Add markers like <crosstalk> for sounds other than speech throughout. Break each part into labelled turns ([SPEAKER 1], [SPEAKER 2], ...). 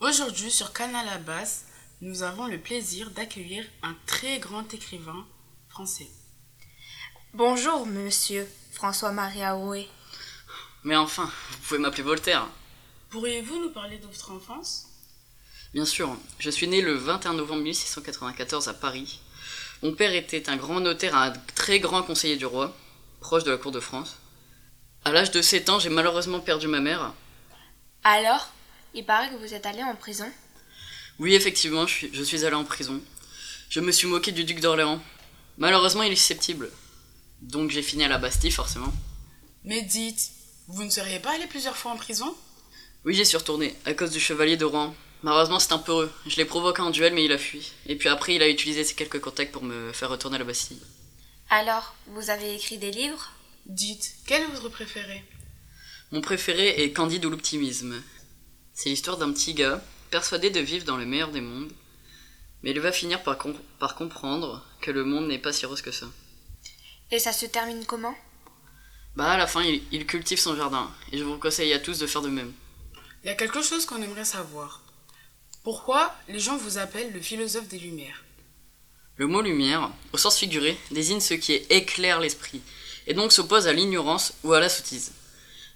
[SPEAKER 1] Aujourd'hui sur Canal Abbas, nous avons le plaisir d'accueillir un très grand écrivain français.
[SPEAKER 2] Bonjour, monsieur François-Marie Aoué.
[SPEAKER 3] Mais enfin, vous pouvez m'appeler Voltaire.
[SPEAKER 1] Pourriez-vous nous parler de votre enfance
[SPEAKER 3] Bien sûr, je suis né le 21 novembre 1694 à Paris. Mon père était un grand notaire, un très grand conseiller du roi, proche de la cour de France. À l'âge de 7 ans, j'ai malheureusement perdu ma mère.
[SPEAKER 2] Alors, il paraît que vous êtes allé en prison
[SPEAKER 3] Oui, effectivement, je suis, je suis allé en prison. Je me suis moqué du duc d'Orléans. Malheureusement, il est susceptible. Donc j'ai fini à la Bastille, forcément.
[SPEAKER 1] Mais dites, vous ne seriez pas allé plusieurs fois en prison
[SPEAKER 3] Oui, j'ai suis retourné, à cause du chevalier de Rouen. Malheureusement, c'est un peu heureux. Je l'ai provoqué en duel, mais il a fui. Et puis après, il a utilisé ses quelques contacts pour me faire retourner à la Bastille.
[SPEAKER 2] Alors, vous avez écrit des livres
[SPEAKER 1] Dites, quel est votre préféré
[SPEAKER 3] Mon préféré est Candide ou l'optimisme. C'est l'histoire d'un petit gars, persuadé de vivre dans le meilleur des mondes, mais il va finir par, com- par comprendre que le monde n'est pas si rose que ça.
[SPEAKER 2] Et ça se termine comment
[SPEAKER 3] Bah, à la fin, il, il cultive son jardin, et je vous conseille à tous de faire de même.
[SPEAKER 1] Il y a quelque chose qu'on aimerait savoir. Pourquoi les gens vous appellent le philosophe des Lumières
[SPEAKER 3] Le mot lumière, au sens figuré, désigne ce qui éclaire l'esprit, et donc s'oppose à l'ignorance ou à la sottise.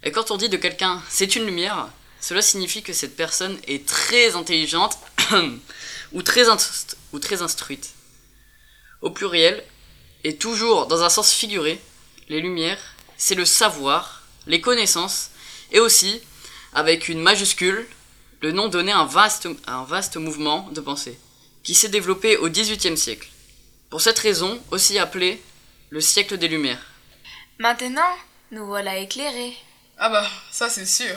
[SPEAKER 3] Et quand on dit de quelqu'un c'est une lumière, cela signifie que cette personne est très intelligente <coughs> ou, très inst- ou très instruite. Au pluriel, et toujours dans un sens figuré, les lumières, c'est le savoir, les connaissances, et aussi, avec une majuscule, le nom donné à un vaste, à un vaste mouvement de pensée qui s'est développé au XVIIIe siècle. Pour cette raison, aussi appelé le siècle des Lumières.
[SPEAKER 2] Maintenant, nous voilà éclairés.
[SPEAKER 1] Ah bah, ça c'est sûr.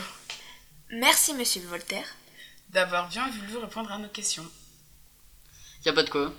[SPEAKER 2] Merci, monsieur Voltaire.
[SPEAKER 1] D'avoir bien voulu répondre à nos questions.
[SPEAKER 3] Y a pas de quoi.